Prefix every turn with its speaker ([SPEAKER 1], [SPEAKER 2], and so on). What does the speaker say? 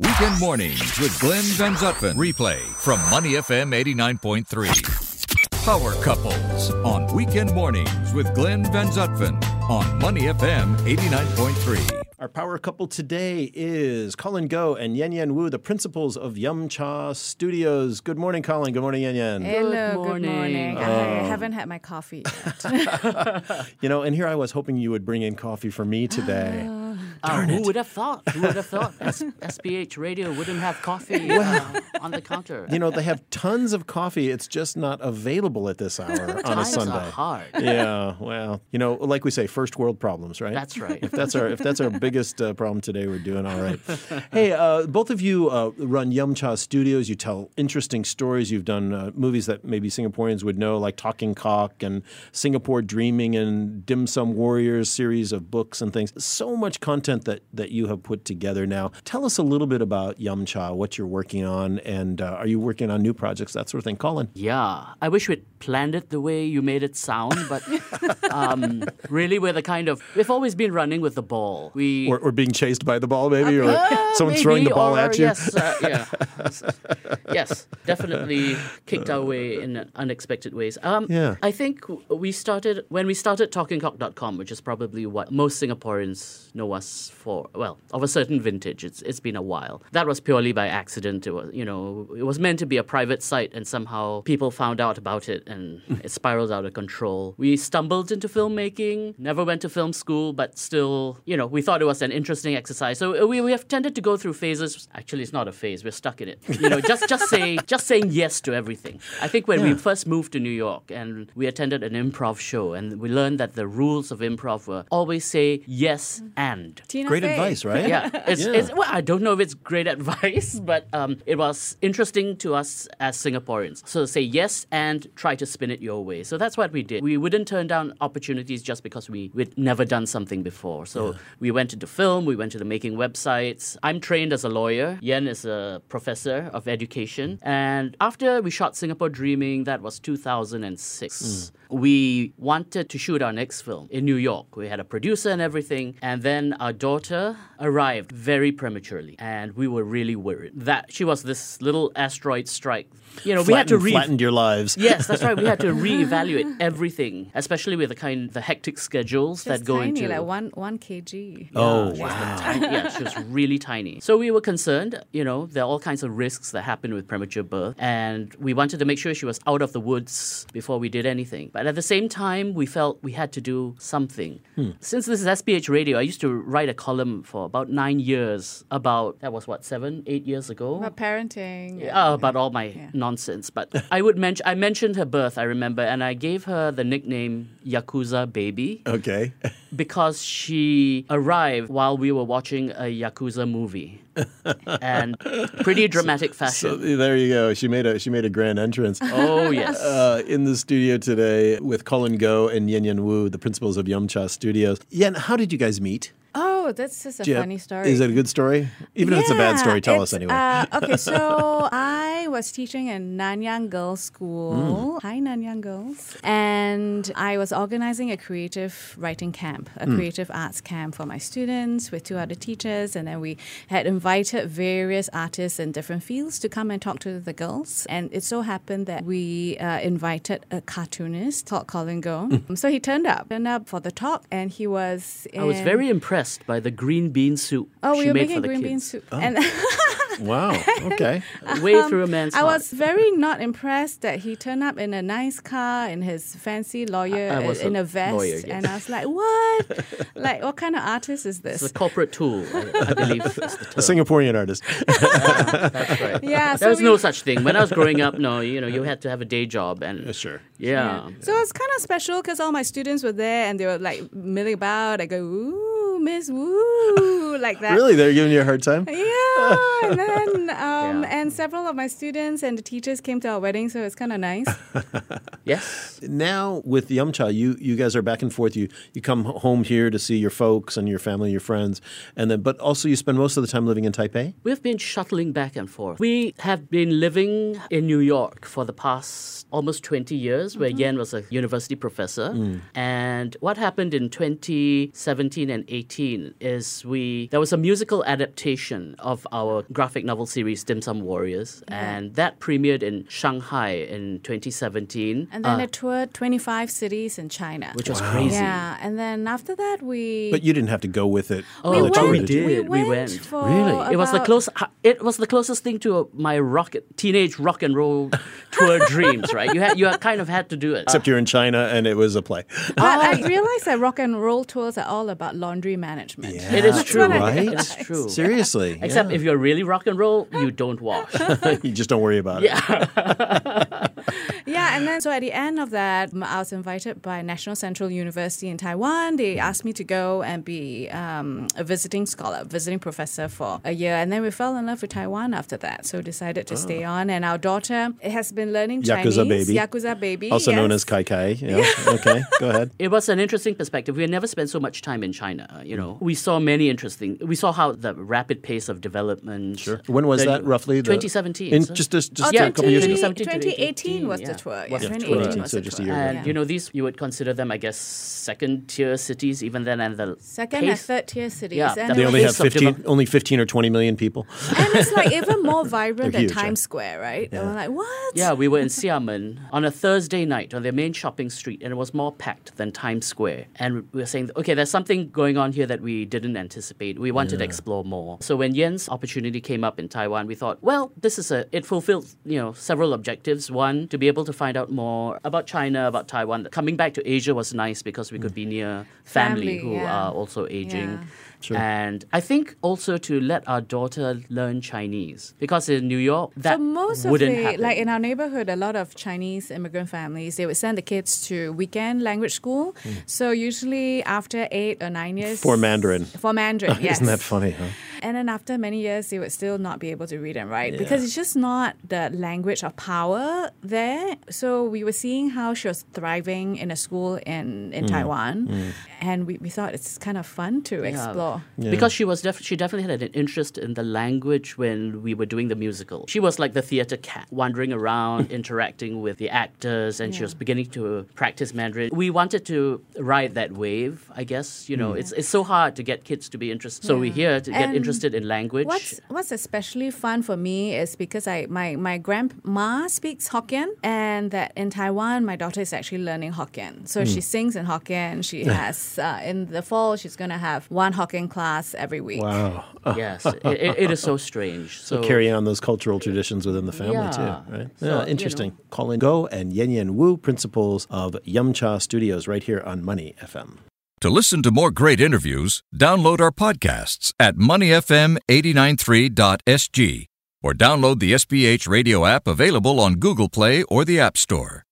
[SPEAKER 1] Weekend mornings with Glenn Van Zutphen. Replay from Money FM 89.3. Power Couples on Weekend mornings with Glenn Van Zutphen on Money FM 89.3.
[SPEAKER 2] Our power couple today is Colin Go and Yen Yen Wu, the principals of Yum Cha Studios. Good morning, Colin. Good Oh. morning, Yen Yen.
[SPEAKER 3] Hello, good morning.
[SPEAKER 4] morning. I haven't had my coffee yet.
[SPEAKER 2] You know, and here I was hoping you would bring in coffee for me today.
[SPEAKER 5] Uh, who would have thought? Who would have thought S- SBH Radio wouldn't have coffee uh, on the counter?
[SPEAKER 2] you know, they have tons of coffee. It's just not available at this hour on a
[SPEAKER 5] Times
[SPEAKER 2] Sunday.
[SPEAKER 5] are hard.
[SPEAKER 2] Yeah, well, you know, like we say, first world problems, right?
[SPEAKER 5] That's right.
[SPEAKER 2] If that's our if that's our biggest uh, problem today, we're doing all right. hey, uh, both of you uh, run Yum Cha Studios. You tell interesting stories. You've done uh, movies that maybe Singaporeans would know, like Talking Cock and Singapore Dreaming and Dim Sum Warriors series of books and things. So much content that that you have put together now. Tell us a little bit about Yum Cha, what you're working on, and uh, are you working on new projects, that sort of thing, Colin?
[SPEAKER 5] Yeah, I wish we'd planned it the way you made it sound, but um, really, we're the kind of we've always been running with the ball. We
[SPEAKER 2] Or, or being chased by the ball, maybe, or
[SPEAKER 5] Uh,
[SPEAKER 2] someone throwing the
[SPEAKER 5] maybe,
[SPEAKER 2] ball
[SPEAKER 5] or-
[SPEAKER 2] at you.
[SPEAKER 5] Yes, uh, yeah. yes, definitely kicked our way in unexpected ways. Um,
[SPEAKER 2] Yeah.
[SPEAKER 5] I think we started when we started talkingcock.com, which is probably what most Singaporeans know us for. Well, of a certain vintage. It's it's been a while. That was purely by accident. It was you know it was meant to be a private site, and somehow people found out about it, and it spiraled out of control. We stumbled into filmmaking. Never went to film school, but still you know we thought it was an interesting exercise. So uh, we, we have tended to go through phases. Actually, it's not a phase. We're stuck in it. You know, just just say just saying yes to everything. I think when we
[SPEAKER 2] Yeah.
[SPEAKER 5] first moved to New York and we attended an improv show and we learned that the rules of improv were always say yes and.
[SPEAKER 4] Tina
[SPEAKER 2] Great
[SPEAKER 4] Fey.
[SPEAKER 2] advice, right?
[SPEAKER 5] Yeah, it's, It's, well, I don't know if it's great advice, but um, it was interesting to us as Singaporeans. So say yes and try to spin it your way. So that's what we did. We wouldn't turn down opportunities just because we, we'd never done something before. So we went into film, we went to the making websites. I'm trained as a lawyer, Yen is a professor of education. And after we shot Singapore Dreaming, that was 2006 we wanted to shoot our next film in New York. We had a producer and everything, and then our daughter arrived very prematurely, and we were really worried that she was this little asteroid strike. You know, we had to
[SPEAKER 2] Flattened-
[SPEAKER 5] re-
[SPEAKER 2] flattened your lives.
[SPEAKER 5] Yes, that's right. We had to reevaluate everything, especially with the kind the hectic schedules
[SPEAKER 4] Just
[SPEAKER 5] that go
[SPEAKER 4] tiny,
[SPEAKER 5] into
[SPEAKER 4] like one one kg.
[SPEAKER 2] Oh,
[SPEAKER 5] she was tiny- yeah, she was really tiny. So we were concerned, you know, there are all kinds of risks that happen with premature birth. And we wanted to make sure she was out of the woods before we did anything. But at the same time, we felt we had to do something. Since this is SBH radio, I used to write a column for about nine years about, that was what, seven, eight years ago?
[SPEAKER 4] But parenting.
[SPEAKER 5] Oh, about all my nonsense. But I would mention I mentioned her birth, I remember, and I gave her the nickname Yakuza Baby
[SPEAKER 2] Okay.
[SPEAKER 5] because she arrived while we were watching a Yakuza movie. and pretty dramatic
[SPEAKER 2] So
[SPEAKER 5] fashion.
[SPEAKER 2] there you go. She made a she made a grand entrance.
[SPEAKER 5] oh, yes.
[SPEAKER 2] Uh, in the studio today with Colin Go and Yen Yen Wu, the principals of Yum Cha Studios. Yen, how did you guys meet?
[SPEAKER 4] Oh, that's just a
[SPEAKER 2] Do you-
[SPEAKER 4] funny story.
[SPEAKER 2] Is it a good story? Even if it's a bad
[SPEAKER 4] Yeah,
[SPEAKER 2] story, tell us
[SPEAKER 4] it's,
[SPEAKER 2] anyway.
[SPEAKER 4] uh, okay, so I was teaching in Nanyang Girls
[SPEAKER 2] Mm.
[SPEAKER 4] School. Hi, Nanyang Girls. And I was organizing a creative writing camp, a
[SPEAKER 2] Mm.
[SPEAKER 4] creative arts camp for my students with two other teachers. And then we had invited various artists in different fields to come and talk to the girls. And it so happened that we uh, invited a cartoonist called Colin Go.
[SPEAKER 2] Mm.
[SPEAKER 4] So he turned up, turned up for the talk, and he was. In,
[SPEAKER 5] I was very impressed by the green bean soup
[SPEAKER 4] Oh,
[SPEAKER 5] she
[SPEAKER 4] we were
[SPEAKER 5] made
[SPEAKER 4] making
[SPEAKER 5] for the
[SPEAKER 4] green
[SPEAKER 5] kids.
[SPEAKER 4] bean soup.
[SPEAKER 2] Oh.
[SPEAKER 4] And
[SPEAKER 2] wow. Okay.
[SPEAKER 5] Way through a man's
[SPEAKER 4] Um, I
[SPEAKER 5] heart.
[SPEAKER 4] was very not impressed that he turned up in a nice car in his fancy lawyer
[SPEAKER 5] I- I was
[SPEAKER 4] in
[SPEAKER 5] a
[SPEAKER 4] a vest,
[SPEAKER 5] lawyer, yes.
[SPEAKER 4] and I was like, "What? like, what kind of artist is
[SPEAKER 5] It's
[SPEAKER 4] this?"
[SPEAKER 5] a corporate tool, I, I believe is the
[SPEAKER 2] A
[SPEAKER 5] term.
[SPEAKER 2] Singaporean artist.
[SPEAKER 5] That's right.
[SPEAKER 4] Yeah, so
[SPEAKER 5] There was
[SPEAKER 4] we-
[SPEAKER 5] no such thing. When I was growing up, no, you know, you had to have a day job and
[SPEAKER 2] Uh, sure.
[SPEAKER 5] yeah.
[SPEAKER 4] So it's kind of special because all my students were there and they were like milling about. I go, "Ooh, Miss Woo," like that.
[SPEAKER 2] Really? They're giving you a hard time?
[SPEAKER 4] Yeah, and then um,
[SPEAKER 5] Yeah.
[SPEAKER 4] and several of my students and the teachers came to our wedding, so it's kind of nice.
[SPEAKER 5] Yes.
[SPEAKER 2] Now with Yum Cha, you, you guys are back and forth. You you come h- home here to see your folks and your family, your friends, and then but also you spend most of the time living in Taipei.
[SPEAKER 5] We've been shuttling back and forth. We have been living in New York for the past almost 20 years,
[SPEAKER 4] Mm-hmm.
[SPEAKER 5] where
[SPEAKER 4] Mm.
[SPEAKER 5] Yen was a university professor. And what happened in 2017 and 18 2018 is we there was a musical adaptation of our graphic novel series Dim Sum Warriors, and that premiered in Shanghai in 2017.
[SPEAKER 4] And then it toured 25 cities in China.
[SPEAKER 5] Uh. which was crazy.
[SPEAKER 4] Yeah, and then after that we
[SPEAKER 2] But you didn't have to go with it.
[SPEAKER 5] Oh,
[SPEAKER 4] We
[SPEAKER 5] but we
[SPEAKER 4] went-
[SPEAKER 5] did.
[SPEAKER 4] we went for
[SPEAKER 5] really? It was the
[SPEAKER 4] about-
[SPEAKER 5] close. It was the closest thing to uh, my rock teenage rock and roll tour dreams. Right? You had you had kind of had to do it.
[SPEAKER 2] Except you're in China and it was a play.
[SPEAKER 5] Oh,
[SPEAKER 4] but
[SPEAKER 2] Ah.
[SPEAKER 4] I realized that rock and roll tours are all about laundry management.
[SPEAKER 5] it is true.
[SPEAKER 4] what I
[SPEAKER 5] It is true.
[SPEAKER 2] Seriously.
[SPEAKER 5] Except if you're really rock and roll, you don't wash.
[SPEAKER 2] yeah. you just don't worry about it. Yeah.
[SPEAKER 4] Yeah, and then so at the end of that, m- I was invited by National Central University in Taiwan. They
[SPEAKER 2] Mm.
[SPEAKER 4] asked me to go and be um, a visiting scholar, visiting professor for a year, and then we fell in love with Taiwan after that. So decided to stay on, and our daughter has been learning Chinese,
[SPEAKER 2] Ah. Yakuza baby.
[SPEAKER 4] Yakuza baby,
[SPEAKER 2] Also known
[SPEAKER 4] yes.
[SPEAKER 2] as Kai Kai. Yeah. okay, go ahead.
[SPEAKER 5] it was an interesting perspective. We had never spent so much time in China. You know, we saw many interesting. We saw how the rapid pace of development. Sure.
[SPEAKER 2] When was that roughly? The,
[SPEAKER 5] 2017.
[SPEAKER 2] In
[SPEAKER 5] so-
[SPEAKER 2] just just, just
[SPEAKER 4] Oh,
[SPEAKER 2] a couple years ago.
[SPEAKER 5] 2017 to
[SPEAKER 4] 2018 was the
[SPEAKER 5] 2018,
[SPEAKER 4] tour.
[SPEAKER 5] yeah.
[SPEAKER 4] Yeah,
[SPEAKER 5] Yeah,
[SPEAKER 4] 2018 was
[SPEAKER 2] so
[SPEAKER 4] the
[SPEAKER 2] just a
[SPEAKER 4] tour.
[SPEAKER 2] year
[SPEAKER 5] And
[SPEAKER 4] yeah.
[SPEAKER 5] you know, these you would consider them, I guess, second tier cities. Even then, and the
[SPEAKER 4] Second and
[SPEAKER 5] pace,
[SPEAKER 4] third tier cities.
[SPEAKER 5] Yeah,
[SPEAKER 4] and
[SPEAKER 5] that-
[SPEAKER 2] They only have
[SPEAKER 5] Pace of
[SPEAKER 2] 15,
[SPEAKER 5] develop-
[SPEAKER 2] only 15 or 20 million people.
[SPEAKER 4] and it's like even more vibrant
[SPEAKER 2] They're
[SPEAKER 4] than
[SPEAKER 2] huge,
[SPEAKER 4] Times
[SPEAKER 2] right?
[SPEAKER 4] Square, right? And I'm like, what?
[SPEAKER 5] Yeah, we were in Xiamen on a Thursday night on their main shopping street, and it was more packed than Times Square. And we were saying, okay, there's something going on here that we didn't anticipate. We wanted to explore more. So when Yen's opportunity came up in Taiwan, we thought, well, this is a it fulfilled you know several objectives. One, to be able to find out more about China, about Taiwan. Coming back to Asia was nice because we could be near
[SPEAKER 4] Family,
[SPEAKER 5] family, who
[SPEAKER 4] yeah.
[SPEAKER 5] are also aging.
[SPEAKER 4] Yeah.
[SPEAKER 5] And I think also to let our daughter learn Chinese because in New York that
[SPEAKER 4] So most of
[SPEAKER 5] wouldn't
[SPEAKER 4] the
[SPEAKER 5] happen.
[SPEAKER 4] like in our neighborhood, a lot of Chinese immigrant families they would send the kids to weekend language school. So usually after eight or nine years,
[SPEAKER 2] Hmm. For Mandarin.
[SPEAKER 4] for Mandarin, yes.
[SPEAKER 2] Isn't that funny, huh?
[SPEAKER 4] And then after many years, they would still not be able to read and write because it's just not the language of power there. So we were seeing how she was thriving in a school in in
[SPEAKER 2] Hmm.
[SPEAKER 4] Taiwan, and we, we thought it's kind of fun to
[SPEAKER 5] Yeah.
[SPEAKER 4] explore.
[SPEAKER 5] Because she was def- she definitely had an interest in the language when we were doing the musical. She was like the theater cat, wandering around, interacting with the actors, and she was beginning to practice Mandarin. We wanted to ride that wave, I guess. You know, it's it's so hard to get kids to be interested. So we're here to get
[SPEAKER 4] And
[SPEAKER 5] interested in language.
[SPEAKER 4] What's what's especially fun for me is because I my my grandma speaks Hokkien and that in Taiwan my daughter is actually learning Hokkien. So she sings in Hokkien. She has uh, in the fall she's going to have one Hokkien class every week.
[SPEAKER 2] Wow.
[SPEAKER 5] yes, it, it- it is so strange. So,
[SPEAKER 2] Carrying on those cultural traditions within the family,
[SPEAKER 5] Yeah.
[SPEAKER 2] too, right?
[SPEAKER 5] So,
[SPEAKER 2] yeah,
[SPEAKER 5] you
[SPEAKER 2] interesting. Colin Go and Yen Yen Wu, principals of Yumcha Studios, right here on Money FM.
[SPEAKER 1] To listen to more great interviews, download our podcasts at moneyfm893.sg or download the SBH radio app available on Google Play or the App Store.